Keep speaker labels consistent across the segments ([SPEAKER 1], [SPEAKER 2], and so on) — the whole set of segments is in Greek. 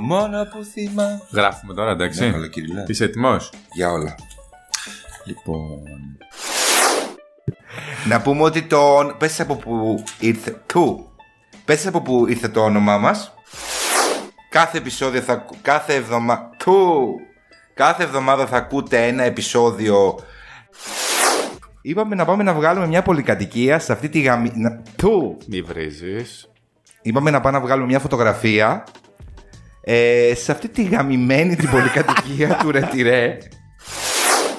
[SPEAKER 1] μόνο που θυμά.
[SPEAKER 2] Γράφουμε τώρα, εντάξει.
[SPEAKER 1] Ναι, καλοκαιρινά.
[SPEAKER 2] Είσαι έτοιμος.
[SPEAKER 1] Για όλα.
[SPEAKER 2] Λοιπόν.
[SPEAKER 1] Να πούμε ότι το. Πες από που ήρθε. Του. Πες από που ήρθε το όνομά μας. Κάθε επεισόδιο θα. Κάθε εβδομάδα. Του. Κάθε εβδομάδα θα ακούτε ένα επεισόδιο. Είπαμε να πάμε να βγάλουμε μια πολυκατοικία σε αυτή τη γαμι... να- Του.
[SPEAKER 2] Μη βρίζεις.
[SPEAKER 1] Είπαμε να πάμε να βγάλουμε μια φωτογραφία ε, σε αυτή τη γαμημένη την πολυκατοικία του Ρετυρέ.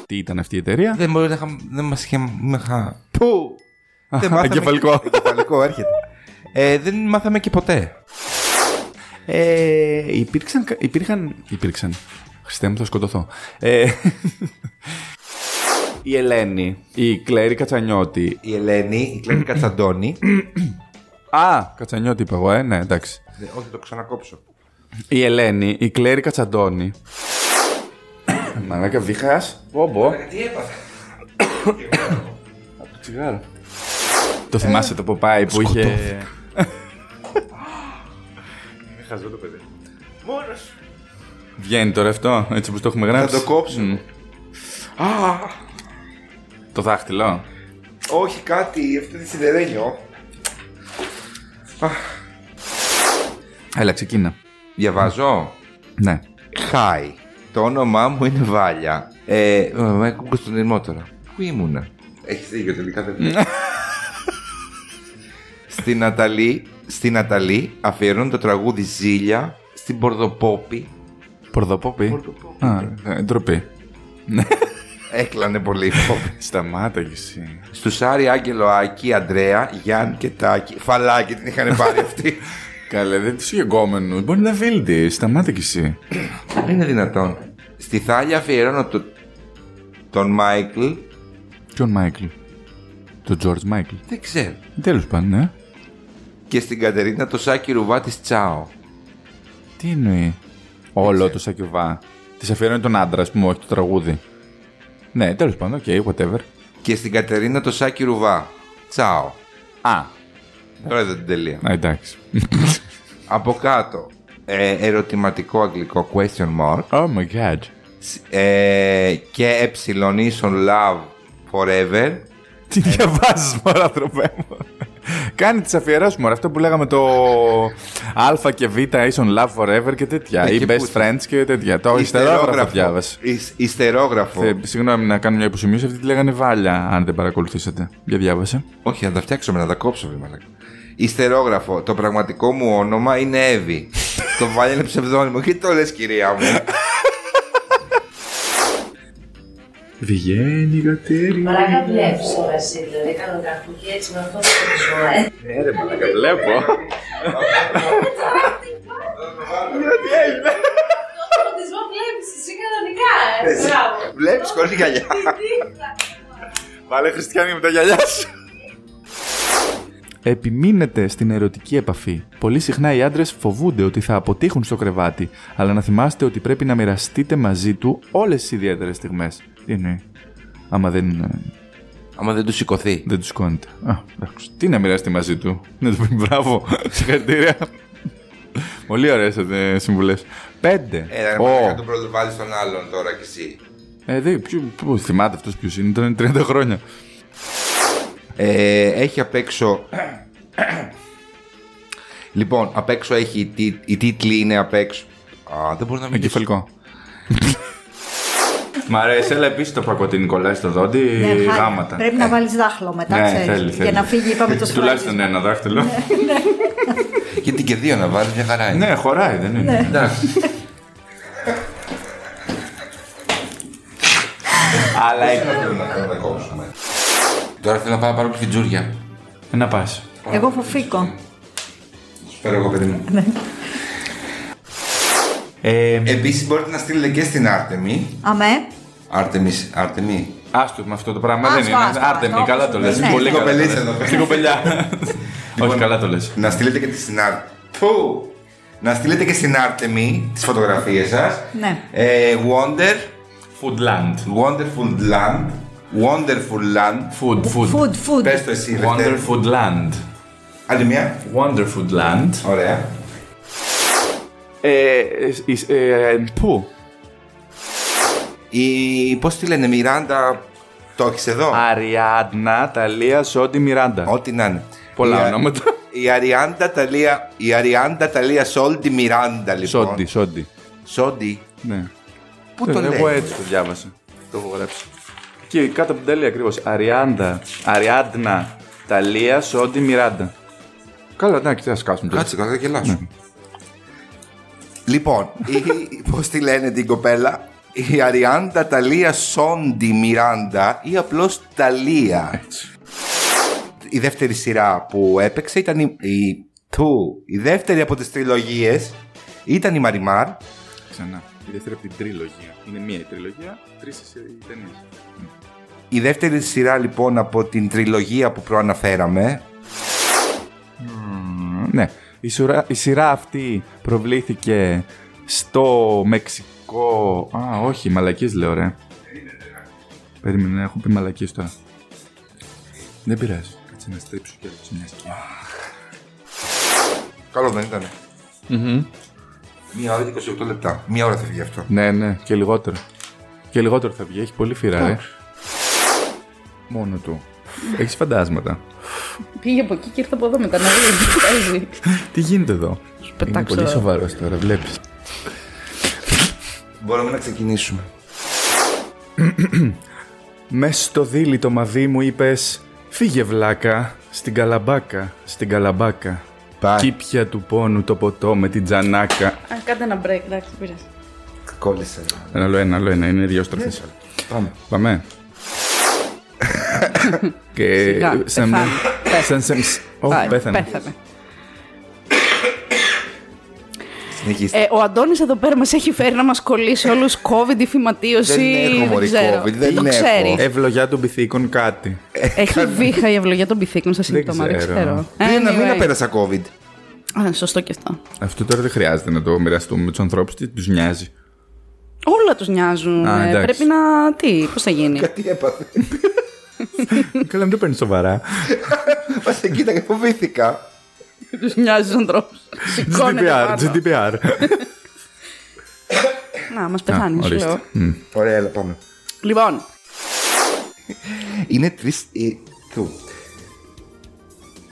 [SPEAKER 2] Τι ήταν αυτή η εταιρεία.
[SPEAKER 1] Δεν μπορεί να είχα, δεν μας είχε με χα... Πού! Δεν μάθαμε...
[SPEAKER 2] Εγκεφαλικό.
[SPEAKER 1] Εγκεφαλικό έρχεται. Ε, δεν μάθαμε και ποτέ.
[SPEAKER 2] Ε, υπήρξαν, υπήρχαν. Υπήρξαν. Χριστέ μου, θα σκοτωθώ. Ε, η Ελένη, η Κλέρη Κατσανιώτη.
[SPEAKER 1] Η Ελένη, η Κλέρη Κατσαντώνη.
[SPEAKER 2] Α, Κατσανιώτη είπα εγώ, ε, ναι, εντάξει.
[SPEAKER 1] Ε, Όχι, το ξανακόψω.
[SPEAKER 2] Η Ελένη, η Κλέρη Κατσαντώνη. Μαλάκα, βήχα. Όμπο.
[SPEAKER 1] Τι έπαθε.
[SPEAKER 2] Το τσιγάρο. Το θυμάσαι το ποπάι που είχε. Είναι χαζό το παιδί. Βγαίνει τώρα αυτό, έτσι όπως το έχουμε γράψει.
[SPEAKER 1] το κόψω.
[SPEAKER 2] Μμ. Α, Το δάχτυλο.
[SPEAKER 1] Όχι, κάτι, αυτό είναι σιδερένιο.
[SPEAKER 2] Έλα, ξεκίνα.
[SPEAKER 1] Διαβάζω.
[SPEAKER 2] Ναι.
[SPEAKER 1] Χάι. Το όνομά μου είναι Βάλια. Ε, με ακούω στον ερμό τώρα. Πού ήμουνα. Έχεις δίκιο τελικά δεν βλέπω. Στην Αταλή, στην Αταλή αφιερώνει το τραγούδι Ζήλια στην Πορδοπόπη.
[SPEAKER 2] Πορδοπόπη.
[SPEAKER 1] Πορδοπόπη. ναι.
[SPEAKER 2] Α, ε, ντροπή.
[SPEAKER 1] Έκλανε πολύ η Πόπη.
[SPEAKER 2] Σταμάτα κι εσύ.
[SPEAKER 1] Στους Άρη, Άγγελο, Άκη, Αντρέα, Γιάννη και Τάκη. Φαλάκι την είχαν πάρει αυτή.
[SPEAKER 2] Καλέ, δεν τους είχε γκόμενους. Μπορεί να βίλντι. Σταμάτα κι εσύ.
[SPEAKER 1] Δεν είναι δυνατόν. Στη Θάλια αφιερώνω το... τον Μάικλ.
[SPEAKER 2] Ποιον Μάικλ. Τον Τζορτζ Μάικλ.
[SPEAKER 1] Δεν ξέρω.
[SPEAKER 2] Τέλος πάντων, ναι.
[SPEAKER 1] Και στην Κατερίνα το Σάκη Ρουβά της Τσάο.
[SPEAKER 2] Τι εννοεί. Όλο το σακιουβά. Της αφιερώνει τον άντρα, ας πούμε, όχι το τραγούδι. Ναι, τέλος πάντων, οκ, whatever.
[SPEAKER 1] Και στην Κατερίνα το Σάκη Ρουβά. Τσάο.
[SPEAKER 2] Α,
[SPEAKER 1] Τώρα εδώ την τελεία.
[SPEAKER 2] α, εντάξει.
[SPEAKER 1] Από κάτω. Ε, ερωτηματικό αγγλικό question mark.
[SPEAKER 2] Oh my god.
[SPEAKER 1] Σ- Ε, και εψιλον ίσον love forever.
[SPEAKER 2] Τι διαβάζεις, μωρά, τροπέ μου. Κάνει τις αφιερώσεις μου, αυτό που λέγαμε το Α και Β ίσον Love Forever και τέτοια.
[SPEAKER 1] Ε,
[SPEAKER 2] Ή
[SPEAKER 1] και
[SPEAKER 2] Best
[SPEAKER 1] πού-
[SPEAKER 2] Friends και τέτοια. Το αριστερόγραφο διάβασε.
[SPEAKER 1] Υσ- Ιστερόγραφο.
[SPEAKER 2] Θε- Συγγνώμη να κάνω μια υποσημείωση, αυτή τη λέγανε Βάλια, αν δεν παρακολουθήσατε. Για διάβασε.
[SPEAKER 1] Όχι, να τα φτιάξουμε, να τα κόψουμε. μαλάκα. Ιστερόγραφο. Το πραγματικό μου όνομα είναι Εύη. το βάλει είναι ψευδόνυμο. Και το λες, κυρία μου.
[SPEAKER 2] Βγαίνει κατέρι.
[SPEAKER 3] Μαλάκα βλέπεις τώρα εσύ, δηλαδή κάνω και έτσι με αυτό το ζώα. ε.
[SPEAKER 2] Ναι, Βλέπω.
[SPEAKER 3] Το φροντισμό βλέπεις εσύ κανονικά, ε, μπράβο.
[SPEAKER 1] Βλέπεις χωρίς γυαλιά.
[SPEAKER 2] Βάλε Χριστιανή με τα γυαλιά σου. Επιμείνετε στην ερωτική επαφή. Πολύ συχνά οι άντρες φοβούνται ότι θα αποτύχουν στο κρεβάτι, αλλά να θυμάστε ότι πρέπει να μοιραστείτε μαζί του όλες τις ιδιαίτερες στιγμές. Τι εννοεί. Άμα δεν, ε,
[SPEAKER 1] Άμα δεν τους σηκωθεί.
[SPEAKER 2] δεν τους σηκώνετε. Α, εντάξει. Τι να μοιραστεί μαζί του. Να του πει μπράβο. Συγχαρητήρια. Πολύ ωραίες συμβουλές. Πέντε.
[SPEAKER 1] Έλα,
[SPEAKER 2] Ω.
[SPEAKER 1] oh. τον προβάλλει τον άλλον τώρα κι εσύ.
[SPEAKER 2] Ε, δε, ποιο- πού- θυμάται αυτός ποιος είναι, ήταν 30 χρόνια.
[SPEAKER 1] Ε, έχει απ' έξω. λοιπόν, απ' έξω έχει. η τί- Οι τίτλοι είναι απ' έξω. Α, δεν μπορεί να μιλήσω.
[SPEAKER 2] Εγκεφαλικό. Μ' αρέσει, έλα επίσης το πακοτή Νικολάη στο δόντι
[SPEAKER 4] Ναι, χάλια.
[SPEAKER 2] Ε, γάματα.
[SPEAKER 4] Πρέπει να βάλει δάχλο μετά,
[SPEAKER 2] Ναι,
[SPEAKER 4] ξέρεις,
[SPEAKER 2] θέλει, θέλει. Ε,
[SPEAKER 4] Για να φύγει, είπαμε το
[SPEAKER 2] Τουλάχιστον ναι.
[SPEAKER 4] σφράγισμα. Ναι.
[SPEAKER 2] ένα δάχτυλο.
[SPEAKER 1] Γιατί και δύο να βάλεις, μια χαρά είναι.
[SPEAKER 2] ναι, χωράει, δεν είναι.
[SPEAKER 1] Εντάξει.
[SPEAKER 2] Αλλά ε-
[SPEAKER 1] Δεν θέλω να τα κόψουμε. Τώρα θέλω να πάω να πάρω πιτσούρια.
[SPEAKER 2] Να πας.
[SPEAKER 4] Εγώ Ναι. φοφίκω.
[SPEAKER 1] Σου φέρω εγώ, παιδί μου.
[SPEAKER 2] Ε,
[SPEAKER 1] Επίσης, μπορείτε να στείλετε και στην Άρτεμι.
[SPEAKER 4] Αμέ.
[SPEAKER 1] Άρτεμι, Άρτεμι.
[SPEAKER 2] Άστο με αυτό το πράγμα
[SPEAKER 4] Άστο,
[SPEAKER 2] δεν είναι.
[SPEAKER 4] άστο,
[SPEAKER 2] Άρτεμι,
[SPEAKER 4] άστο,
[SPEAKER 2] καλά το λες.
[SPEAKER 4] ναι.
[SPEAKER 2] Πολύ
[SPEAKER 1] Στην
[SPEAKER 2] καλά. το
[SPEAKER 1] κοπελίτσα
[SPEAKER 2] λες.
[SPEAKER 1] εδώ Λοιπόν. πέρα.
[SPEAKER 2] Στην κοπελιά. Όχι, καλά το λες.
[SPEAKER 1] Να στείλετε και τη στην Άρτεμι. Πού! Να στείλετε και στην Άρτεμι τις φωτογραφίες σας.
[SPEAKER 4] Ναι.
[SPEAKER 1] Ε, Wonder,
[SPEAKER 2] Foodland.
[SPEAKER 1] Wonderful Land. Wonderful Land.
[SPEAKER 2] Food, food.
[SPEAKER 4] Food, food.
[SPEAKER 1] Πες το εσύ,
[SPEAKER 2] Wonder
[SPEAKER 1] Δευτέρη.
[SPEAKER 2] Foodland.
[SPEAKER 1] Άλλη μια.
[SPEAKER 2] Wonder Foodland.
[SPEAKER 1] Ωραία.
[SPEAKER 2] Ε, ε, ε, ε, πού?
[SPEAKER 1] Η. Πώς τη λένε, Μιράντα. Το έχεις εδώ.
[SPEAKER 2] Αριάντνα, Ταλία, Σόντι, Μιράντα.
[SPEAKER 1] Ό,τι να είναι.
[SPEAKER 2] Πολλά
[SPEAKER 1] Η-
[SPEAKER 2] ονόματα.
[SPEAKER 1] Η Αριάντα Ταλία, η Αριάντα Ταλία Σόλντι Μιράντα λοιπόν.
[SPEAKER 2] Σόντι, Σόντι.
[SPEAKER 1] Σόντι.
[SPEAKER 2] Ναι.
[SPEAKER 1] Πού
[SPEAKER 2] Δεν-
[SPEAKER 1] το λέει.
[SPEAKER 2] Εγώ έτσι το διάβασα.
[SPEAKER 1] Το έχω γράψει.
[SPEAKER 2] Και κάτω από την Ταλία ακριβώς. Αριάντα, Αριάντνα, Ταλία, Σόντι, Μιράντα. Καλά, εντάξει, τι θα σκάσουμε τώρα.
[SPEAKER 1] Κάτσε, κάτσε, γελάσου. Λοιπόν, πώς τη λένε την κοπέλα, η Αριάντα Ταλία Σόντι Μιράντα ή απλώς Ταλία. Η δεύτερη σειρά που έπαιξε ήταν η, η Του. Η δεύτερη από τις τριλογίες ήταν η Μαριμάρ.
[SPEAKER 2] Ξανά. Η δεύτερη από την τριλογία. Είναι μία η τριλογία, τρεις οι ταινίες.
[SPEAKER 1] Η δεύτερη σειρά λοιπόν από την τριλογία που προαναφέραμε.
[SPEAKER 2] Ναι. Η σειρά, η σειρά αυτή προβλήθηκε στο Μεξικό. Α, όχι, μαλακή λέω, ρε. Περίμενε, ναι, έχω πει μαλακή τώρα. Δεν πειράζει. Κάτσε να στρίψω και έτσι μια σκιά.
[SPEAKER 1] Καλός δεν ήταν. Μία ώρα και 28 λεπτά. Μία ώρα θα φύγει αυτό.
[SPEAKER 2] Ναι, ναι, και λιγότερο. Και λιγότερο θα βγει, έχει πολύ φυρά, ε. Μόνο του. Έχεις φαντάσματα.
[SPEAKER 5] Πήγε από εκεί και ήρθε από εδώ μετά να δει τι παίζει.
[SPEAKER 2] Τι γίνεται εδώ. Είναι
[SPEAKER 5] πετάξω.
[SPEAKER 2] πολύ σοβαρός τώρα, βλέπεις.
[SPEAKER 1] Μπορούμε να ξεκινήσουμε.
[SPEAKER 2] Μες στο δίλη το μαδί μου είπες «Φύγε βλάκα, στην καλαμπάκα, στην καλαμπάκα».
[SPEAKER 1] Πάει.
[SPEAKER 2] Κήπια του πόνου το ποτό με την τζανάκα.
[SPEAKER 5] Αν κάντε ένα break, εντάξει, δεν πειράζει.
[SPEAKER 1] Κόλλησε. ναι.
[SPEAKER 2] Ένα άλλο ένα, άλλο ένα, είναι δύο στροφές.
[SPEAKER 1] Πάμε.
[SPEAKER 2] Πάμε. Και
[SPEAKER 5] Σιγά,
[SPEAKER 2] σαν-
[SPEAKER 5] πεθάνε.
[SPEAKER 2] σαν σε... Ω,
[SPEAKER 5] Πάει,
[SPEAKER 2] πέθανε.
[SPEAKER 5] πέθανε.
[SPEAKER 1] Συνεχίστε.
[SPEAKER 5] Ε, ο Αντώνης εδώ πέρα μας έχει φέρει να μας κολλήσει όλους COVID, η φυματίωση,
[SPEAKER 1] Δεν έχω, μωρή,
[SPEAKER 5] ξέρω.
[SPEAKER 1] COVID, δεν
[SPEAKER 5] το
[SPEAKER 1] έχω. Ε,
[SPEAKER 5] ξέρει.
[SPEAKER 2] Ευλογιά των πυθίκων κάτι.
[SPEAKER 5] Έχει βήχα η ευλογία των πυθίκων στα
[SPEAKER 2] Δεν
[SPEAKER 5] σύμπτωμα, δεν
[SPEAKER 2] ξέρω.
[SPEAKER 5] ξέρω.
[SPEAKER 1] Πριν ένα
[SPEAKER 5] Anyway.
[SPEAKER 1] μήνα πέρασα COVID.
[SPEAKER 5] Α, σωστό και αυτό.
[SPEAKER 2] Αυτό τώρα δεν χρειάζεται να το μοιραστούμε με τους ανθρώπους, τι τους νοιάζει.
[SPEAKER 5] Όλα τους νοιάζουν.
[SPEAKER 2] Α,
[SPEAKER 5] ε,
[SPEAKER 2] εντάξει.
[SPEAKER 5] Πρέπει να... Τι, πώς θα γίνει.
[SPEAKER 1] Κάτι έπαθε.
[SPEAKER 2] Καλά, μην το παίρνεις σοβαρά.
[SPEAKER 1] Μα σε κοίταγε, φοβήθηκα.
[SPEAKER 5] τους νοιάζει τους ανθρώπους. Σηκώνεται
[SPEAKER 2] GDPR,
[SPEAKER 5] πάνω.
[SPEAKER 2] GDPR.
[SPEAKER 5] Να, μας πεθάνει, σου
[SPEAKER 2] ορίστε.
[SPEAKER 5] λέω.
[SPEAKER 1] Ωραία, έλα πάμε.
[SPEAKER 5] Λοιπόν,
[SPEAKER 1] Είναι τρεις. Του.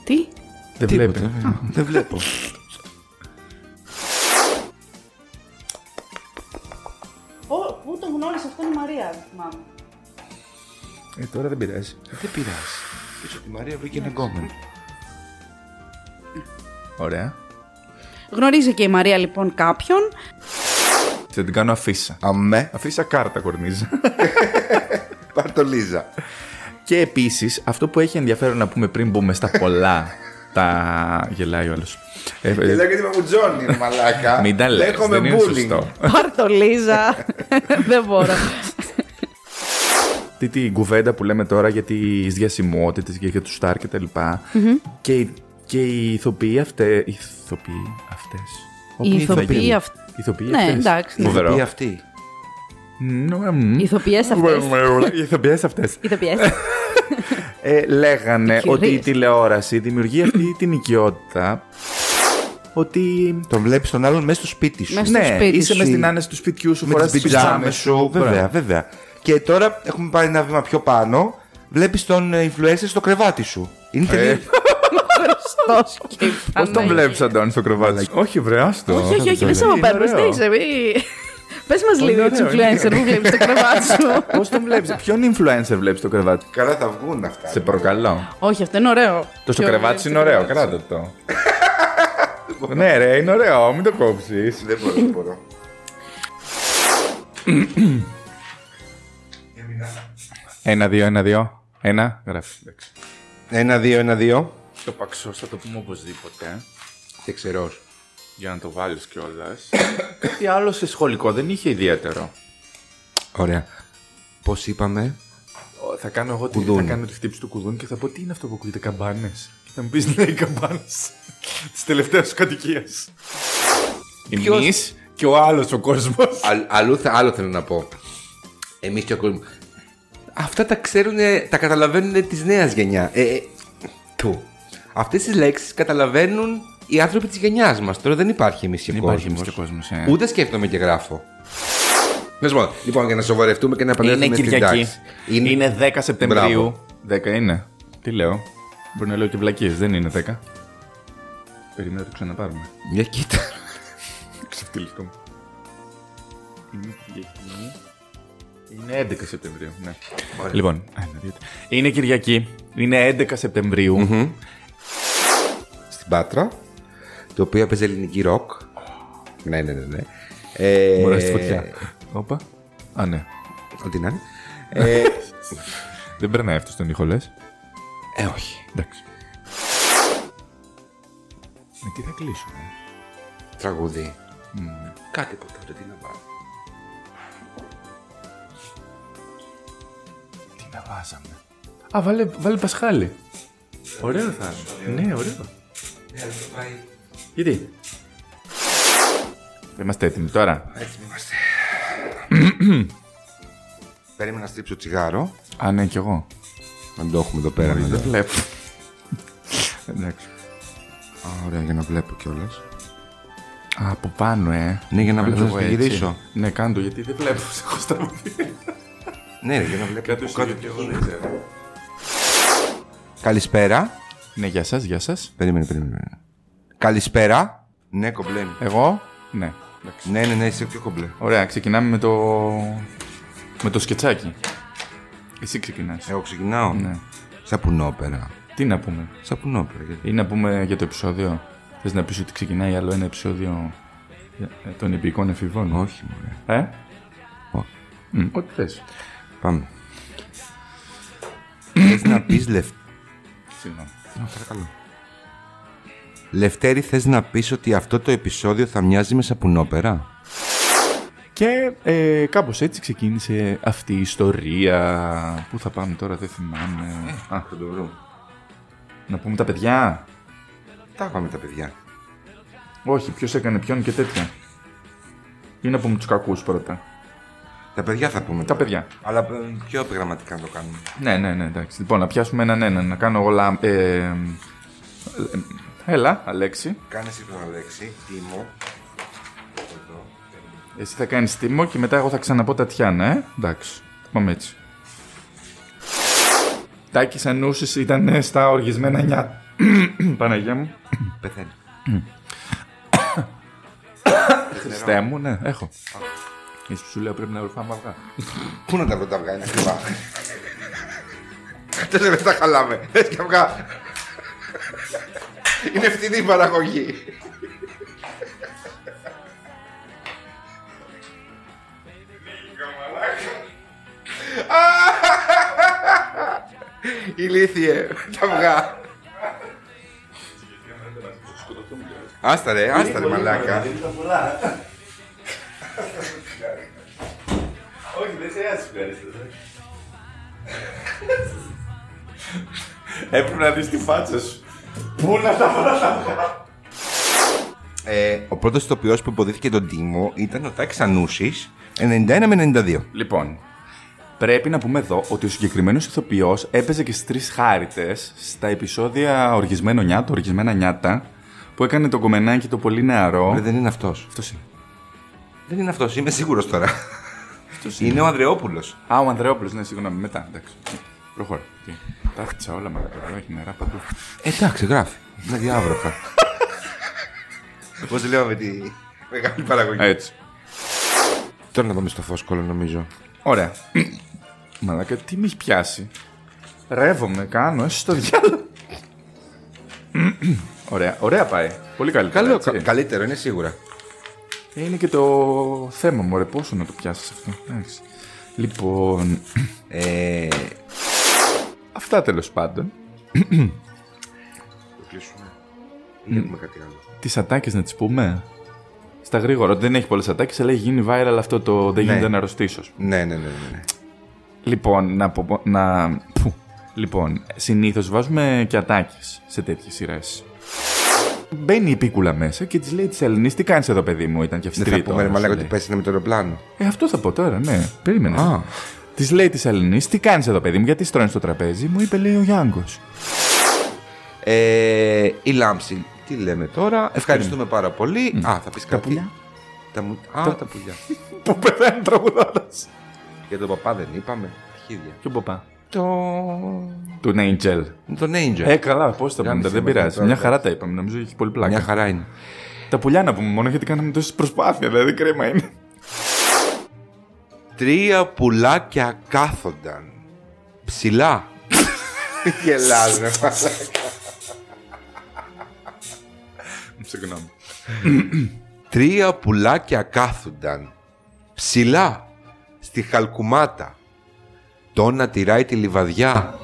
[SPEAKER 5] τι.
[SPEAKER 2] Δεν βλέπει.
[SPEAKER 1] Δεν βλέπω.
[SPEAKER 5] Πού τον γνώρισες αυτόν η Μαρία, θυμάμαι.
[SPEAKER 2] Ε, τώρα δεν πειράζει.
[SPEAKER 1] Δεν πειράζει. Πίσω από τη Μαρία βρήκε ένα γκόμενο.
[SPEAKER 2] Ωραία.
[SPEAKER 5] Γνωρίζει και η Μαρία λοιπόν κάποιον.
[SPEAKER 2] Θα την κάνω αφίσα.
[SPEAKER 1] Αμέ,
[SPEAKER 2] Αφίσα κάρτα κορνίζα.
[SPEAKER 1] πάρ το Λίζα.
[SPEAKER 2] και επίσης, αυτό που έχει ενδιαφέρον να πούμε πριν μπούμε στα πολλά. τα. γελάει ο άλλος.
[SPEAKER 1] Δεν λέω γιατί είμαι μου Τζόνι, μαλάκα.
[SPEAKER 2] Μην τα λες,
[SPEAKER 1] Δέχομαι
[SPEAKER 2] δεν είναι
[SPEAKER 1] bullying.
[SPEAKER 2] σωστό.
[SPEAKER 5] Πάρ' το Λίζα. Δεν μπορώ.
[SPEAKER 2] Τι την κουβέντα που λέμε τώρα για τις διασημότητες και για τους στάρ και τα λοιπα Και, οι- και οι ηθοποιοί αυτές... Οι ηθοποιοί αυτές... Όποιοι
[SPEAKER 5] ηθοποιοί
[SPEAKER 2] ηθαγενείς.
[SPEAKER 5] αυτ-
[SPEAKER 2] Οι ηθοποιοί
[SPEAKER 5] Ναι,
[SPEAKER 2] αυτές.
[SPEAKER 5] εντάξει, ναι.
[SPEAKER 1] Τι
[SPEAKER 2] Φοβερό.
[SPEAKER 1] αυτή.
[SPEAKER 5] Οι ηθοποιές αυτές.
[SPEAKER 2] Οι ηθοποιές αυτές.
[SPEAKER 5] Οι ηθοποιές.
[SPEAKER 2] Ε, λέγανε
[SPEAKER 5] Οι
[SPEAKER 2] ότι η
[SPEAKER 5] κυρίες.
[SPEAKER 2] τηλεόραση δημιουργεί αυτή την οικειότητα ότι...
[SPEAKER 1] Τον βλέπεις τον άλλον μέσα στο σπίτι σου.
[SPEAKER 5] Μέσα στο
[SPEAKER 2] Ναι,
[SPEAKER 5] σπίτι
[SPEAKER 2] είσαι
[SPEAKER 5] σου.
[SPEAKER 2] με στην άνεση του σπιτιού σου,
[SPEAKER 1] με
[SPEAKER 2] φοράς
[SPEAKER 1] τις
[SPEAKER 2] τις
[SPEAKER 1] πιτζάμες
[SPEAKER 2] πιτζάμες
[SPEAKER 1] σου.
[SPEAKER 2] σου.
[SPEAKER 1] Βέβαια, βέβαια. Και τώρα έχουμε πάει ένα βήμα πιο πάνω. Βλέπεις τον ε, influencer στο κρεβάτι σου. Είναι τελείω.
[SPEAKER 5] Χριστός και η
[SPEAKER 2] Πώς τον
[SPEAKER 5] Παναγία.
[SPEAKER 2] βλέπεις, Αντώνη, στο κρεβάτι σου. Όχι, βρε, άστο.
[SPEAKER 5] Όχι, όχι, όχι, δεν σε
[SPEAKER 2] Είναι
[SPEAKER 5] αποπαίρνω.
[SPEAKER 2] ωραίο.
[SPEAKER 5] Στέξε, μη. Πες μας λίγο
[SPEAKER 2] ωραίο,
[SPEAKER 5] για τους influencer που βλέπεις στο κρεβάτι σου.
[SPEAKER 2] Πώς τον βλέπεις, ποιον influencer βλέπεις στο κρεβάτι.
[SPEAKER 1] Καλά θα βγουν αυτά. ναι.
[SPEAKER 2] Σε προκαλώ.
[SPEAKER 5] Όχι, αυτό είναι ωραίο.
[SPEAKER 2] Το στο
[SPEAKER 5] Πιο
[SPEAKER 2] κρεβάτι σου
[SPEAKER 5] στο
[SPEAKER 2] είναι ωραίο,
[SPEAKER 5] κρεβάτι σου.
[SPEAKER 2] κράτα το. Ναι, ρε, είναι ωραίο, μην το κόψεις.
[SPEAKER 1] Δεν μπορώ, δεν μπορώ.
[SPEAKER 2] Ένα, δύο, ένα, δύο. Ένα, γράφεις.
[SPEAKER 1] Ένα, δύο, ένα, δύο.
[SPEAKER 2] Το παξός θα το πούμε οπωσδήποτε. Και ξερός. Για να το βάλεις κιόλας. Κάτι άλλο σε σχολικό δεν είχε ιδιαίτερο.
[SPEAKER 1] Ωραία. Πώς είπαμε.
[SPEAKER 2] Ω, Θα κάνω εγώ τη, θα
[SPEAKER 1] Κουδούνι.
[SPEAKER 2] κάνω τη χτύπηση του κουδούνι και θα πω τι είναι αυτό που ακούγεται καμπάνες. Και θα μου πεις ναι, οι καμπάνες της τελευταίας σου κατοικίας. Εμείς και ο άλλος ο κόσμος.
[SPEAKER 1] αλλού θα, άλλο θέλω να πω. Εμείς και ο κόσμος. Αυτά τα ξέρουν, τα καταλαβαίνουν της νέας γενιά. Ε, ε, του. Αυτές τις λέξεις καταλαβαίνουν οι άνθρωποι της γενιάς μας. Τώρα δεν υπάρχει εμείς και
[SPEAKER 2] Δεν
[SPEAKER 1] κόσμο.
[SPEAKER 2] υπάρχει εμείς και κόσμος, ε.
[SPEAKER 1] Ούτε σκέφτομαι και γράφω. Τέλος πάντων, Λοιπόν, για να σοβαρευτούμε και να επανέλθουμε
[SPEAKER 2] Είναι
[SPEAKER 1] στην
[SPEAKER 2] Κυριακή.
[SPEAKER 1] τάξη.
[SPEAKER 2] Είναι... 10 Σεπτεμβρίου.
[SPEAKER 1] Μπράβο.
[SPEAKER 2] 10 είναι. Τι λέω. Μπορεί να λέω και βλακίες. Δεν είναι 10. Περιμένω να το ξαναπάρουμε.
[SPEAKER 1] Για κοίτα.
[SPEAKER 2] Ξεφτυλιστώ μου. Είναι Κυριακή. Είναι 11 Σεπτεμβρίου. Ναι. Λοιπόν. ένα, δύο, τρία. Είναι Κυριακή. Είναι 11 Σεπτεμβρίου.
[SPEAKER 1] στην Πάτρα, το οποίο έπαιζε ελληνική ροκ. Ναι, ναι, ναι. ναι. Ε,
[SPEAKER 2] Μωρά στη φωτιά. Όπα. Α, ναι.
[SPEAKER 1] Ό,τι να είναι. Ε,
[SPEAKER 2] Δεν περνάει αυτό στον ήχο, λες.
[SPEAKER 1] ε, όχι.
[SPEAKER 2] Εντάξει. Με τι θα κλείσουμε.
[SPEAKER 1] Τραγούδι. Κάτι από τότε, τι να βάλω.
[SPEAKER 2] Τι να βάζαμε. Α, βάλε, βάλε Πασχάλη. Ωραίο θα είναι. Ναι, ωραίο.
[SPEAKER 1] Ναι, αλλά το πάει.
[SPEAKER 2] Γιατί. Δεν είμαστε έτοιμοι τώρα.
[SPEAKER 1] Έτοιμοι είμαστε. Περίμενα να στρίψω τσιγάρο.
[SPEAKER 2] Α, ναι, κι εγώ.
[SPEAKER 1] Αν το έχουμε εδώ πέρα.
[SPEAKER 2] Δεν
[SPEAKER 1] ναι.
[SPEAKER 2] βλέπω. Εντάξει.
[SPEAKER 1] Α, Ωραία, για να βλέπω κιόλας.
[SPEAKER 2] Α, από πάνω, ε.
[SPEAKER 1] Ναι, για να
[SPEAKER 2] Κάνε
[SPEAKER 1] βλέπω,
[SPEAKER 2] το
[SPEAKER 1] να
[SPEAKER 2] έτσι.
[SPEAKER 1] γυρίσω.
[SPEAKER 2] Ναι, κάνω το γιατί δεν βλέπω. Σε έχω στραβεί.
[SPEAKER 1] Ναι, ρε, για να βλέπω.
[SPEAKER 2] Κάτω στο και εγώ δεν ξέρω.
[SPEAKER 1] Καλησπέρα.
[SPEAKER 2] Ναι, γεια σα, γεια σας.
[SPEAKER 1] Περίμενε, περίμενε. Καλησπέρα. Ναι, κομπλέ. μου.
[SPEAKER 2] Εγώ, ναι. Εντάξει.
[SPEAKER 1] Ναι, ναι, ναι, είσαι πιο κομπλέ.
[SPEAKER 2] Ωραία, ξεκινάμε με το. με το σκετσάκι. Εσύ ξεκινάς.
[SPEAKER 1] Εγώ ξεκινάω.
[SPEAKER 2] Ναι.
[SPEAKER 1] Σαπουνόπερα.
[SPEAKER 2] Τι να πούμε.
[SPEAKER 1] Σαπουνόπερα. γιατί-
[SPEAKER 2] Ή να πούμε για το επεισόδιο. Θες να πεις ότι ξεκινάει άλλο ένα επεισόδιο ε, των επικών εφηβών.
[SPEAKER 1] Όχι, μωρέ.
[SPEAKER 2] Ε?
[SPEAKER 1] Όχι.
[SPEAKER 2] Μμ, Ό,τι θες.
[SPEAKER 1] Πάμε. θες να πεις λευ...
[SPEAKER 2] Συγγνώμη.
[SPEAKER 1] Λευτέρη, θες να πεις ότι αυτό το επεισόδιο θα μοιάζει με σαπουνόπερα.
[SPEAKER 2] Και ε, κάπως έτσι ξεκίνησε αυτή η ιστορία. Πού θα πάμε τώρα, δεν θυμάμαι. Α,
[SPEAKER 1] Θα το βρούμε.
[SPEAKER 2] να πούμε τα παιδιά.
[SPEAKER 1] Τα πάμε τα παιδιά.
[SPEAKER 2] Όχι, ποιος έκανε ποιον και τέτοια. Ή να πούμε τους κακούς πρώτα.
[SPEAKER 1] Τα παιδιά θα πούμε.
[SPEAKER 2] Τα παιδιά.
[SPEAKER 1] Αλλά ε, πιο επιγραμματικά να το κάνουμε.
[SPEAKER 2] Ναι, ναι, ναι, εντάξει. Λοιπόν, να πιάσουμε έναν έναν. Να κάνω εγώ λα- ε, ε, έλα, Αλέξη.
[SPEAKER 1] Κάνε εσύ τον Αλέξη, Τίμο. Εδώ.
[SPEAKER 2] Εσύ θα κάνεις τίμο και μετά εγώ θα ξαναπώ Τατιάνα, ε. Εντάξει, το πάμε έτσι. Τάκης Ανούσης ήταν ε, στα οργισμένα νιά. Παναγία μου.
[SPEAKER 1] Πεθαίνει.
[SPEAKER 2] Χριστέ μου, ναι, έχω. Ίσως σου λέω πρέπει να ρουφάμε αυγά.
[SPEAKER 1] Πού να τα βρω τα αυγά, είναι ακριβά. Τέσσερα λεπτά χαλάμε. Θες και αυγά. είναι φτηνή η παραγωγή. Ηλίθιε, τα αυγά. Άστα ρε, άστα ρε μαλάκα.
[SPEAKER 2] ε. Έπρεπε να δεις τη φάτσα σου.
[SPEAKER 1] Ε, ο πρώτος ηθοποιός που υποδίθηκε τον Τίμο ήταν ο Τάκης Ανούσης 91 με 92.
[SPEAKER 2] Λοιπόν, πρέπει να πούμε εδώ ότι ο συγκεκριμένος ηθοποιός έπαιζε και στις τρεις χάριτες στα επεισόδια Οργισμένο Νιάτο, Οργισμένα Νιάτα, που έκανε το κομμενάκι το πολύ νεαρό.
[SPEAKER 1] δεν είναι αυτός.
[SPEAKER 2] Αυτός είναι.
[SPEAKER 1] Δεν είναι αυτός, είμαι σίγουρος τώρα. είναι ο Ανδρεόπουλος.
[SPEAKER 2] Α, ο Ανδρεόπουλος, ναι, συγγνώμη, μετά, εντάξει. Προχώρα. Τι, Τα χτυσα όλα μαλακά, εδώ έχει νερά παντού.
[SPEAKER 1] Εντάξει, γράφει. Με διάβροχα. Πώ λέω με τη μεγάλη παραγωγή.
[SPEAKER 2] Έτσι.
[SPEAKER 1] Ε, Τώρα να πάμε στο φόσκολο, νομίζω.
[SPEAKER 2] Ωραία. Μαλάκα, τι με έχει πιάσει. Ρεύομαι, κάνω, εσύ στο διάλογο. ωραία, ωραία πάει. Πολύ καλύτερα.
[SPEAKER 1] Καλό,
[SPEAKER 2] έτσι.
[SPEAKER 1] κα- καλύτερο, είναι σίγουρα.
[SPEAKER 2] Είναι και το θέμα μου, ρε, πόσο να το πιάσεις αυτό. Εντάξει. Λοιπόν,
[SPEAKER 1] Ε,
[SPEAKER 2] αυτά τέλος πάντων.
[SPEAKER 1] το κλείσουμε. Ή έχουμε κάτι άλλο.
[SPEAKER 2] Τις ατάκες να τις πούμε. Στα γρήγορα, ότι δεν έχει πολλές ατάκες, αλλά έχει γίνει viral αυτό το δεν γίνεται να αρρωστήσω. ας πούμε.
[SPEAKER 1] Ναι, ναι, ναι. ναι, ναι.
[SPEAKER 2] Λοιπόν, να, πω- πω- να... Που. Λοιπόν, συνήθως βάζουμε και ατάκες σε τέτοιες σειρές. Μπαίνει η πίκουλα μέσα και της λέει της Ελληνή: Τι κάνεις εδώ, παιδί μου, ήταν και
[SPEAKER 1] Δεν
[SPEAKER 2] αυστηρή.
[SPEAKER 1] θα πούμε, ρε
[SPEAKER 2] τώρα»,
[SPEAKER 1] μαλάκα,
[SPEAKER 2] σου
[SPEAKER 1] ότι
[SPEAKER 2] λέει.
[SPEAKER 1] πέσει με το αεροπλάνο.
[SPEAKER 2] Ε, αυτό θα πω τώρα, ναι. Περίμενε.
[SPEAKER 1] Α.
[SPEAKER 2] Της λέει της Ελληνή: Τι κάνεις εδώ, παιδί μου, γιατί στρώνεις στο τραπέζι, μου είπε λέει ο Γιάνγκος.
[SPEAKER 1] Ε, η λάμψη. Τι τι λέμε τώρα. Ευχαριστούμε πάρα πολύ. Α, θα πεις κάτι.
[SPEAKER 2] πουλιά.
[SPEAKER 1] Τα μου... Α, τα πουλιά.
[SPEAKER 2] Που πεθαίνει τραγουδάτα.
[SPEAKER 1] Για τον παπά δεν είπαμε. Αρχίδια.
[SPEAKER 2] Ποιο παπά.
[SPEAKER 1] Το...
[SPEAKER 2] Του Angel.
[SPEAKER 1] Τον Angel.
[SPEAKER 2] Ε, καλά, πώς τα πούμε,
[SPEAKER 1] Γάμισε
[SPEAKER 2] δεν
[SPEAKER 1] με
[SPEAKER 2] πειράζει.
[SPEAKER 1] τώρα,
[SPEAKER 2] Μια
[SPEAKER 1] εντάξει.
[SPEAKER 2] χαρά τα είπαμε, νομίζω έχει πολύ πλάκα.
[SPEAKER 1] Μια χαρά είναι.
[SPEAKER 2] Τα πουλιά να πούμε μόνο γιατί κάναμε τόση προσπάθεια, δηλαδή κρίμα είναι.
[SPEAKER 1] Τρία πουλάκια κάθονταν. Ψηλά. Γελάζε,
[SPEAKER 2] Συγγνώμη.
[SPEAKER 1] Τρία πουλάκια κάθονταν ψηλά στη χαλκουμάτα. Το να τυράει τη λιβαδιά.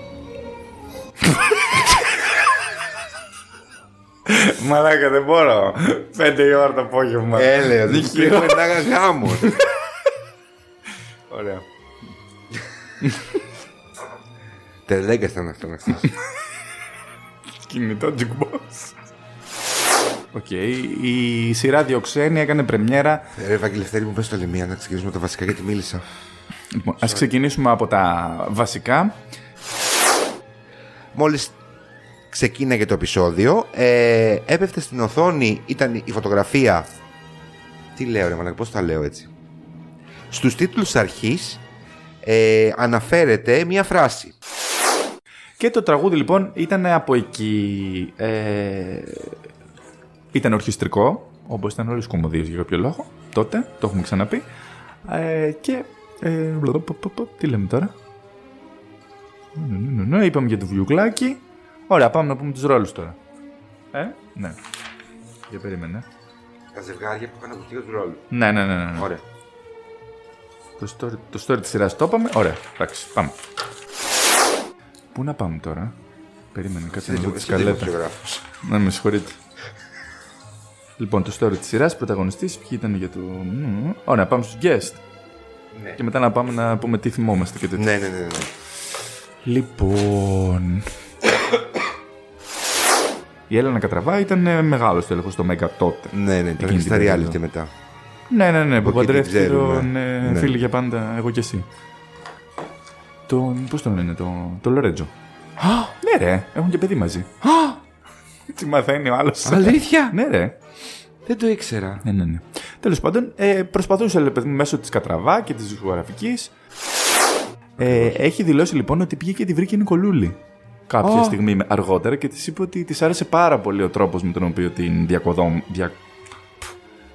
[SPEAKER 2] Μαλάκα, δεν μπορώ. Πέντε η ώρα το απόγευμα.
[SPEAKER 1] Έλεω, Ε, δεν
[SPEAKER 2] Δεν
[SPEAKER 1] ξέρω
[SPEAKER 2] χειρό.
[SPEAKER 1] ένα γάμος.
[SPEAKER 2] Ωραία.
[SPEAKER 1] Τελέγκα ήταν αυτό να χτίσει.
[SPEAKER 2] Κινητό jukebox. Οκ, η σειρά Διοξένη έκανε πρεμιέρα.
[SPEAKER 1] Ρε Ευαγγελιστέρη Ε, μου, πες το λεμία να ξεκινήσουμε τα βασικά γιατί μίλησα.
[SPEAKER 2] Λοιπόν, ας ξεκινήσουμε από τα βασικά.
[SPEAKER 1] Μόλις ξεκίναγε το επεισόδιο, ε, έπεφτε στην οθόνη, ήταν η φωτογραφία. Τι λέω ρε μαλάκα, πώς τα λέω έτσι. Στους τίτλους αρχής ε, αναφέρεται μία φράση.
[SPEAKER 2] Και το τραγούδι λοιπόν ήταν από εκεί. Ε, ήταν ορχιστρικό, όπως ήταν όλοι οι σκουμωδίες για κάποιο λόγο. Τότε, το έχουμε ξαναπεί. Ε, και... Ε, μπλα, πω, πω, πω, τι λέμε τώρα. Ναι, ναι, ναι, ναι, είπαμε για το βιουκλάκι. Ωραία, πάμε να πούμε τους ρόλους τώρα. Ε, ναι. Για περίμενε.
[SPEAKER 1] Τα ζευγάρια που κάνουν κουστίγιο τους ρόλους.
[SPEAKER 2] Ναι, ναι, ναι. ναι, ναι.
[SPEAKER 1] Ωραία.
[SPEAKER 2] Το story, το story της σειράς το είπαμε. Ωραία, εντάξει, πάμε. Πού να πάμε τώρα. Περίμενε, κάτσε να δω τη σκαλέτα. Να Ναι, με συγχωρείτε. λοιπόν, το story της σειράς, πρωταγωνιστής, ποιοι ήταν για το... Μμμ. Ωραία, πάμε στους guest.
[SPEAKER 1] Ναι.
[SPEAKER 2] Και μετά να πάμε να πούμε τι θυμόμαστε και τέτοια.
[SPEAKER 1] Ναι, ναι, ναι, ναι.
[SPEAKER 2] Λοιπόν... Η Έλενα Κατραβά ήταν ε, μεγάλος τέλεχος στο Μέγκα τότε.
[SPEAKER 1] Ναι, ναι,
[SPEAKER 2] Εκείνη
[SPEAKER 1] τώρα
[SPEAKER 2] την
[SPEAKER 1] στα
[SPEAKER 2] περίοδο.
[SPEAKER 1] reality μετά.
[SPEAKER 2] Ναι, ναι, ναι, που
[SPEAKER 1] Από εκεί την
[SPEAKER 2] παντρεύτηκε
[SPEAKER 1] ξέρουμε.
[SPEAKER 2] τον ε,
[SPEAKER 1] Ναι.
[SPEAKER 2] φίλη για πάντα, εγώ και εσύ. Τον, πώς τον λένε, τον, τον Λορέτζο. Α, ναι ρε, έχουν και παιδί μαζί. Α, τι μαθαίνει ο άλλος.
[SPEAKER 1] Αλήθεια?
[SPEAKER 2] Ναι ρε.
[SPEAKER 1] Δεν το ήξερα.
[SPEAKER 2] Ναι, ναι, ναι. Τέλος πάντων, ε, προσπαθούσε ρε, παιδί μου, μέσω της Κατραβά και της ζωγραφικής. Ε, έχει δηλώσει λοιπόν ότι πήγε και τη βρήκε η Νικολούλη. Κάποια
[SPEAKER 1] Ω.
[SPEAKER 2] στιγμή με- αργότερα και της είπε ότι της άρεσε πάρα πολύ ο τρόπος με τον οποίο την διακοδόμ. Δια...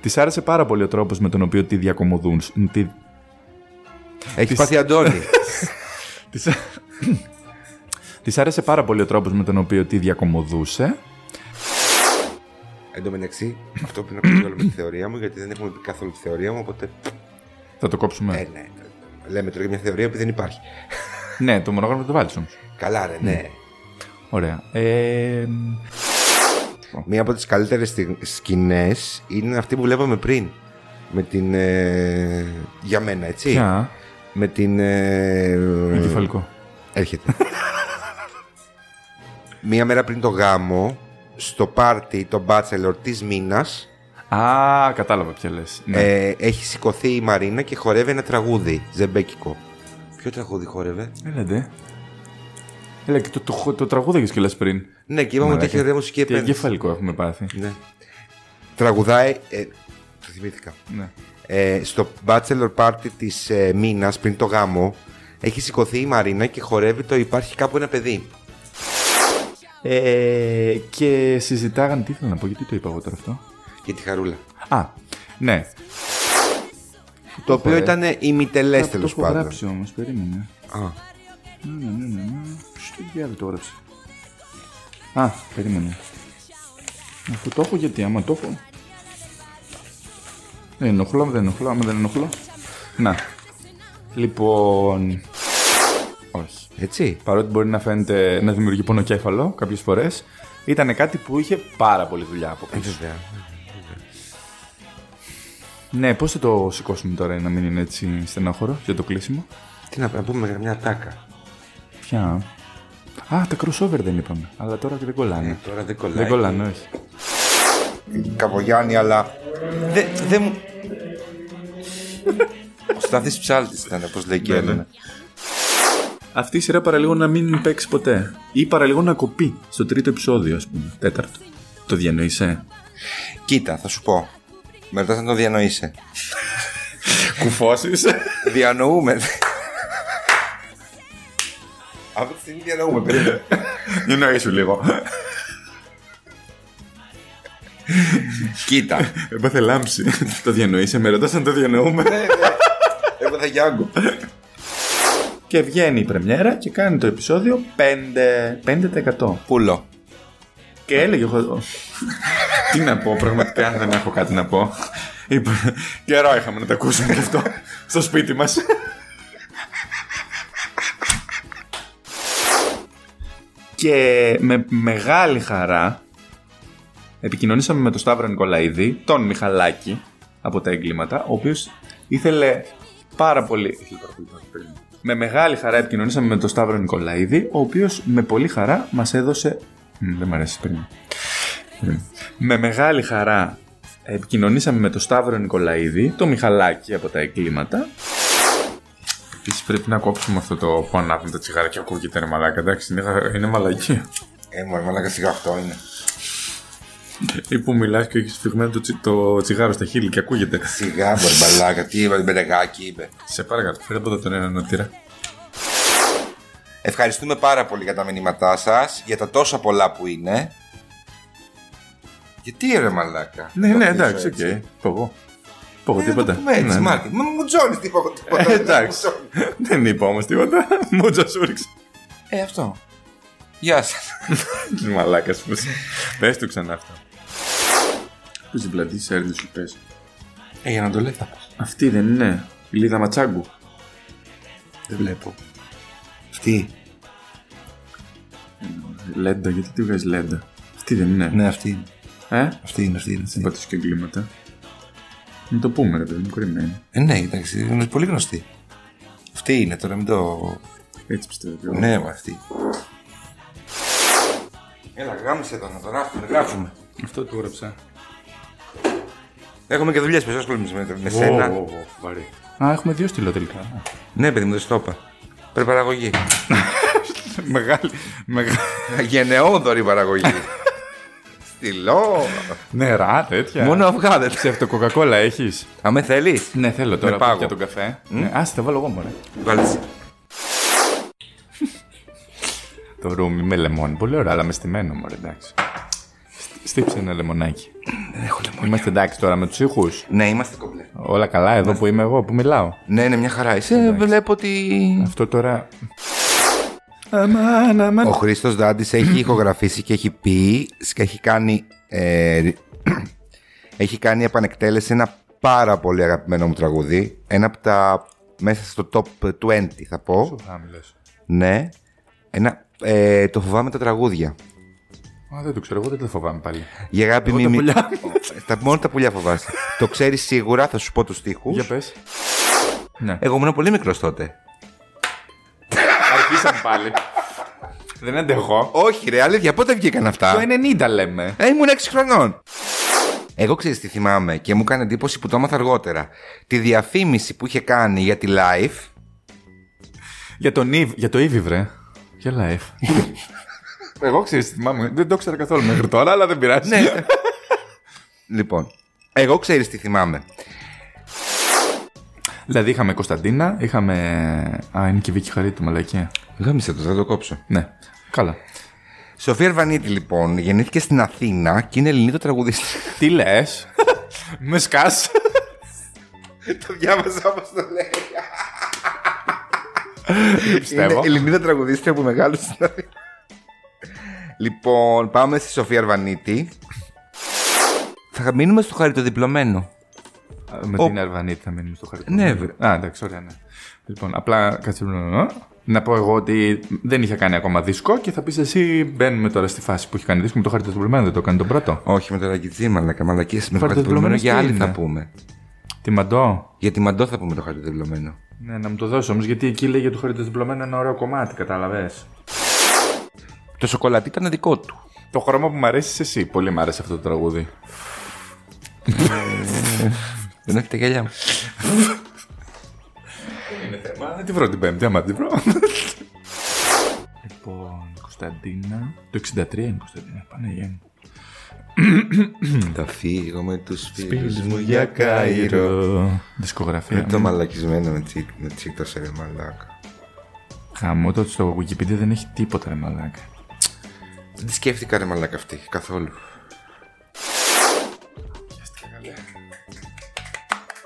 [SPEAKER 2] Τη άρεσε πάρα πολύ ο τρόπος με τον οποίο τη διακομωδούν. Τη...
[SPEAKER 1] Έχει
[SPEAKER 2] Της-
[SPEAKER 1] πάθει Αντώνη.
[SPEAKER 2] Της... της άρεσε πάρα πολύ ο τρόπος με τον οποίο τη διακομωδούσε.
[SPEAKER 1] Εν τω μεταξύ, αυτό πρέπει να πει όλο με τη θεωρία μου, γιατί δεν έχουμε πει καθόλου τη θεωρία μου, οπότε.
[SPEAKER 2] Θα το κόψουμε.
[SPEAKER 1] Ε, ναι. Λέμε τώρα για μια θεωρία που δεν υπάρχει.
[SPEAKER 2] ναι, το μονόγραμμα το βάλεις όμως.
[SPEAKER 1] Καλά, ρε, ναι.
[SPEAKER 2] Ωραία. Ε,
[SPEAKER 1] Μία από τις καλύτερες σκηνές είναι αυτή που βλέπαμε πριν. Με την. ε, για μένα, έτσι.
[SPEAKER 2] ποια.
[SPEAKER 1] Με την. ε,
[SPEAKER 2] Με κεφαλικό.
[SPEAKER 1] Έρχεται. Μία μέρα πριν το γάμο, στο πάρτι, το bachelor της μήνας,
[SPEAKER 2] Α, κατάλαβα ποια Ναι. λε.
[SPEAKER 1] ε, έχει σηκωθεί η Μαρίνα και χορεύει ένα τραγούδι. Ζεμπέκικο. Ποιο τραγούδι χόρευε?
[SPEAKER 2] Έλα ντε. Έλα Ε, και το, το, το, τραγούδαγες κιόλας πριν.
[SPEAKER 1] Ναι, και είπαμε ότι έχει
[SPEAKER 2] Μαλάκα.
[SPEAKER 1] ωραία μουσική
[SPEAKER 2] Τι
[SPEAKER 1] επένδυση.
[SPEAKER 2] εγκεφαλικό έχουμε πάθει.
[SPEAKER 1] Ναι. Τραγουδάει. Ε, το θυμήθηκα.
[SPEAKER 2] Ναι.
[SPEAKER 1] Ε, στο bachelor party της ε, μήνας πριν το γάμο έχει σηκωθεί η Μαρίνα και χορεύει το υπάρχει κάπου ένα παιδί.
[SPEAKER 2] Ε, και συζητάγαν. Τι ήθελα να πω, γιατί το είπα εγώ τώρα αυτό.
[SPEAKER 1] Και τη χαρούλα.
[SPEAKER 2] Α, ναι.
[SPEAKER 1] Το οποίο
[SPEAKER 2] χορεύει.
[SPEAKER 1] ήταν ημιτελέ
[SPEAKER 2] το
[SPEAKER 1] τέλο
[SPEAKER 2] έχω
[SPEAKER 1] πάντων.
[SPEAKER 2] γράψει όμως, περίμενε.
[SPEAKER 1] Α,
[SPEAKER 2] Ναι, ναι, ναι, ναι. ναι. Ποιος το διάλογο το έγραψε. Α, περίμενε. Αυτό το έχω γιατί, άμα το έχω. Δεν ενοχλώ, δεν ενοχλώ, άμα δεν ενοχλώ. Να. Λοιπόν. Όχι.
[SPEAKER 1] έτσι.
[SPEAKER 2] παρότι μπορεί να φαίνεται να δημιουργεί πονοκέφαλο κάποιες φορές, ήταν κάτι που είχε πάρα πολλή δουλειά από πίσω.
[SPEAKER 1] Ε, Βέβαια.
[SPEAKER 2] Ναι, πώς θα το σηκώσουμε τώρα να μην είναι έτσι στενάχωρο για το κλείσιμο.
[SPEAKER 1] Τι να, να πούμε για μια τάκα.
[SPEAKER 2] Ποια. Α, τα crossover δεν είπαμε. Αλλά τώρα δεν κολλάνε.
[SPEAKER 1] Ε, τώρα δεν κολλάει.
[SPEAKER 2] δεν ναι. κολλάνε, όχι.
[SPEAKER 1] Καπογιάννη, αλλά. Δεν δε μου. Ο Στάθης Ψάλτης ήταν, όπως λέει και η
[SPEAKER 2] Ναι, ναι.
[SPEAKER 1] Έλενα.
[SPEAKER 2] Αυτή η σειρά παραλίγο να μην παίξει ποτέ. Ή παραλίγο να κοπεί στο τρίτο επεισόδιο, ας πούμε. Τέταρτο. Το διανοείσαι.
[SPEAKER 1] Κοίτα, θα σου πω. Με ρωτάς να το διανοείσαι.
[SPEAKER 2] Κουφώσεις.
[SPEAKER 1] Διανοούμε. Αυτή τη στιγμή διανοούμε, περίμενε.
[SPEAKER 2] Διανοήσου λίγο.
[SPEAKER 1] Κοίτα. Ναι,
[SPEAKER 2] Έπαθε λάμψη. το διανοείσαι. Με ρωτάς αν το διανοούμε.
[SPEAKER 1] Εγώ θα γιάγκω.
[SPEAKER 2] και βγαίνει η πρεμιέρα και κάνει το επεισόδιο 5%. 5%.
[SPEAKER 1] Πούλο.
[SPEAKER 2] Και έλεγε εγώ. Τι να πω, πραγματικά δεν έχω κάτι να πω. Είπα, Καιρό είχαμε να τα ακούσουμε και αυτό στο σπίτι μας. και με μεγάλη χαρά επικοινωνήσαμε με τον Σταύρο Νικολαίδη, τον Μιχαλάκη από τα εγκλήματα, ο οποίος ήθελε πάρα πολύ. Με μεγάλη χαρά επικοινωνήσαμε με τον Σταύρο Νικολαίδη, ο οποίος με πολύ χαρά μας έδωσε. Μμ, Δεν μ' αρέσει πριν. Με μεγάλη χαρά επικοινωνήσαμε με τον Σταύρο Νικολαίδη, τον Μιχαλάκη από τα εγκλήματα. Επίσης πρέπει να κόψουμε αυτό το που ανάβουν τα τσιγάρα και ακούγεται είναι μαλάκα, εντάξει, είναι, είναι μαλακή.
[SPEAKER 1] Ε, μωρέ, μαλάκα σιγά αυτό είναι.
[SPEAKER 2] Ή που μιλάς και έχεις φυγμένο το, τσι- το τσιγάρο στα χείλη και ακούγεται.
[SPEAKER 1] Σιγά, μωρέ, μαλάκα. Τι είπα, μπελεγάκι είπε.
[SPEAKER 2] Σε παρακαλώ, φέρε από εδώ τον ένα νοτήρα.
[SPEAKER 1] Ευχαριστούμε πάρα πολύ για τα μηνύματά σας, για τα τόσα πολλά που είναι. Γιατί ρε μαλάκα.
[SPEAKER 2] Ναι,
[SPEAKER 1] Το
[SPEAKER 2] ναι,
[SPEAKER 1] αφήσω
[SPEAKER 2] εντάξει, οκ.
[SPEAKER 1] έτσι.
[SPEAKER 2] Πω εγώ. Πω εγώ
[SPEAKER 1] Ε, να το
[SPEAKER 2] τίποτα.
[SPEAKER 1] πούμε έτσι,
[SPEAKER 2] Ναι, ναι.
[SPEAKER 1] Μάρτι. Μα μου τζώνεις τίποτα. τίποτα,
[SPEAKER 2] Ε,
[SPEAKER 1] δεν
[SPEAKER 2] Εντάξει.
[SPEAKER 1] μου τζώνεις.
[SPEAKER 2] Δεν είπα όμως τίποτα. Μούτσα σου ρίξε.
[SPEAKER 1] Ε, αυτό. Γεια σας.
[SPEAKER 2] Τι μαλάκα που είσαι. Πες του ξανά αυτό. Πού στην πλατή τη Έρνη σου πε.
[SPEAKER 1] Ε, για να το λέει θα πω.
[SPEAKER 2] Αυτή δεν είναι. Η Λίδα Ματσάγκου.
[SPEAKER 1] Δεν βλέπω. Αυτή.
[SPEAKER 2] Λέντα, γιατί τη βγάζεις Λέντα. Αυτή δεν είναι.
[SPEAKER 1] Ναι, αυτή είναι.
[SPEAKER 2] Ε,
[SPEAKER 1] Αυτή είναι, αυτή είναι. αυτή.
[SPEAKER 2] Συμπατούς και εγκλήματα. Να το πούμε, ρε παιδί μου, κορυμμένη.
[SPEAKER 1] Ε, ναι, εντάξει, είναι πολύ γνωστή. Αυτή είναι τώρα, μην το.
[SPEAKER 2] Έτσι πιστεύω. και εγώ.
[SPEAKER 1] Ναι, μα αυτή. Έλα, γάμισε εδώ να το γράφουμε. Γράφουμε.
[SPEAKER 2] Αυτό το έγραψα.
[SPEAKER 1] Έχουμε και δουλειές που ασχολούμαστε με, με σένα.
[SPEAKER 2] Ω, ω, ω, βαρύ. Α, έχουμε δύο στυλό τελικά.
[SPEAKER 1] Ναι, παιδί μου, δεν σου το είπα. Προπαραγωγή.
[SPEAKER 2] Μεγάλη. Μεγάλη.
[SPEAKER 1] Γενναιόδορη παραγωγή. Στυλό.
[SPEAKER 2] Νερά, τέτοια.
[SPEAKER 1] Μόνο αυγά δεν
[SPEAKER 2] Σε αυτό κοκακόλα έχει.
[SPEAKER 1] Αν με θέλεις.
[SPEAKER 2] Ναι, θέλω τώρα
[SPEAKER 1] Με
[SPEAKER 2] πάω
[SPEAKER 1] πάγο.
[SPEAKER 2] για τον καφέ. Ναι, άσε, τα βάλω εγώ μωρέ.
[SPEAKER 1] Βάλεις.
[SPEAKER 2] Το ρούμι με λεμόνι. Πολύ ωραία, αλλά με στημένο μωρέ, εντάξει. Στι- Στύψε ένα λεμονάκι.
[SPEAKER 1] Δεν έχω λεμόνι.
[SPEAKER 2] Είμαστε εντάξει τώρα με τους ήχους.
[SPEAKER 1] Ναι, είμαστε κομπλέ.
[SPEAKER 2] Όλα καλά εδώ που είμαι εγώ που μιλάω.
[SPEAKER 1] Ναι, είναι μια χαρά. Είσαι, βλέπω ότι.
[SPEAKER 2] Αυτό τώρα. Αμάν, αμάν.
[SPEAKER 1] Ο Χρήστος Δάντης έχει ηχογραφήσει και έχει πει και έχει κάνει. ε, ρι- έχει κάνει επανεκτέλεση ένα πάρα πολύ αγαπημένο μου τραγούδι. Ένα από τα. μέσα στο top 20 θα πω.
[SPEAKER 2] Άμυλες.
[SPEAKER 1] Ναι. Ένα, ε, το φοβάμαι τα τραγούδια.
[SPEAKER 2] Α, δεν το ξέρω, εγώ δεν το φοβάμαι πάλι.
[SPEAKER 1] Για αγάπη
[SPEAKER 2] Εγώ τα
[SPEAKER 1] μίμη.
[SPEAKER 2] πουλιά.
[SPEAKER 1] τα, μόνο τα πουλιά φοβάσαι. το ξέρεις σίγουρα, θα σου πω τους τοίχου.
[SPEAKER 2] Για πες. Ναι.
[SPEAKER 1] Εγώ ήμουν πολύ μικρός τότε.
[SPEAKER 2] Αρχίσαμε πάλι. δεν αντέχω.
[SPEAKER 1] Όχι, ρε, αλήθεια, πότε βγήκαν αυτά.
[SPEAKER 2] Το 90 λέμε.
[SPEAKER 1] Ε, ήμουν 6 χρονών. Εγώ ξέρεις τι θυμάμαι και μου έκανε εντύπωση που το έμαθα αργότερα. Τη διαφήμιση που είχε κάνει για τη live.
[SPEAKER 2] Για, τον Ιβ, για το Ήβι, βρε. Για live. Εγώ ξέρεις, θυμάμαι. Δεν το ήξερα καθόλου μέχρι τώρα, αλλά δεν πειράζει. Ναι.
[SPEAKER 1] Λοιπόν, εγώ ξέρεις τι θυμάμαι.
[SPEAKER 2] δηλαδή είχαμε Κωνσταντίνα, είχαμε. Α, είναι και η Βίκη Χαρίτου, μαλακία.
[SPEAKER 1] Γάμισε το, θα το κόψω.
[SPEAKER 2] Ναι. Καλά.
[SPEAKER 1] Σοφία Αρβανίτη, λοιπόν, γεννήθηκε στην Αθήνα και είναι Ελληνίδα τραγουδίστρια.
[SPEAKER 2] Τι λες. Με σκάς.
[SPEAKER 1] το διάβασα όπως το λέει.
[SPEAKER 2] Πιστεύω.
[SPEAKER 1] Είναι Ελληνίδα τραγουδίστρια που μεγάλωσε στην Αθήνα. λοιπόν, πάμε στη Σοφία Αρβανίτη. Θα μείνουμε στο χαριτοδιπλωμένο.
[SPEAKER 2] Με
[SPEAKER 1] Ο-
[SPEAKER 2] την Αρβανίτη θα μείνουμε στο χαρτί.
[SPEAKER 1] Ναι, βέβαια.
[SPEAKER 2] Α, εντάξει, ωραία, ναι. Λοιπόν, απλά κάτσε να- να πω εγώ ότι δεν είχε κάνει ακόμα δίσκο και θα πεις εσύ μπαίνουμε τώρα στη φάση που έχει κάνει δίσκο με το χαρτοδιπλωμένο, δεν το κάνει τον πρώτο.
[SPEAKER 1] Όχι με το ρακιτζί, μαλακα, μαλακίες με το
[SPEAKER 2] Χαρτοδιπλωμένο
[SPEAKER 1] χαριτοδιπλωμένο για
[SPEAKER 2] τι
[SPEAKER 1] άλλη
[SPEAKER 2] είναι?
[SPEAKER 1] θα πούμε.
[SPEAKER 2] Τι μαντό.
[SPEAKER 1] Για τη μαντό θα πούμε το χαρτοδιπλωμένο.
[SPEAKER 2] Ναι, να μου το δώσω όμως γιατί εκεί λέει για το χαρτοδιπλωμένο ένα ωραίο κομμάτι, κατάλαβες.
[SPEAKER 1] Το σοκολατί ήταν δικό του.
[SPEAKER 2] Το χρώμα που μου αρέσει εσύ. Πολύ μου αρέσει αυτό το τραγούδι.
[SPEAKER 1] Δεν έχει τα γυαλιά μου.
[SPEAKER 2] Μα δεν Ε, τη βρω την Πέμπτη, άμα την βρω. λοιπόν, Κωνσταντίνα. Το 63 είναι η Κωνσταντίνα. Παναγία μου.
[SPEAKER 1] Θα φύγω με τους φίλους μου για Κάιρο.
[SPEAKER 2] Δισκογραφία.
[SPEAKER 1] Με το μαλακισμένο με τσίκ- με τσίκτο σε ρε μαλάκα.
[SPEAKER 2] Χαμό το στο Wikipedia δεν έχει τίποτα ρε μαλάκα.
[SPEAKER 1] Δεν τη σκέφτηκα ρε μαλάκα αυτή καθόλου.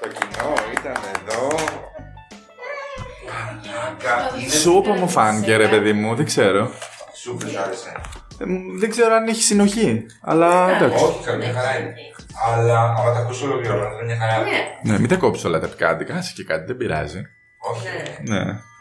[SPEAKER 1] Το κοινό ήταν εδώ. Μαλάκα, είναι-
[SPEAKER 2] Σούπα μου φάνηκε ρε παιδί μου, δεν ξέρω.
[SPEAKER 1] Σου δεν σ' άρεσε.
[SPEAKER 2] Ε, μ, δεν ξέρω αν έχει συνοχή, αλλά εντάξει.
[SPEAKER 1] Όχι, καλά, μια χαρά είναι. Αλλά άμα τα ακούσει ολοκληρωμένα, είναι μια χαρά.
[SPEAKER 3] Ναι,
[SPEAKER 2] Ναι, μην τα κόψει όλα τα πικάντικα, άσε και κάτι, δεν πειράζει.
[SPEAKER 1] Όχι.
[SPEAKER 2] Ναι.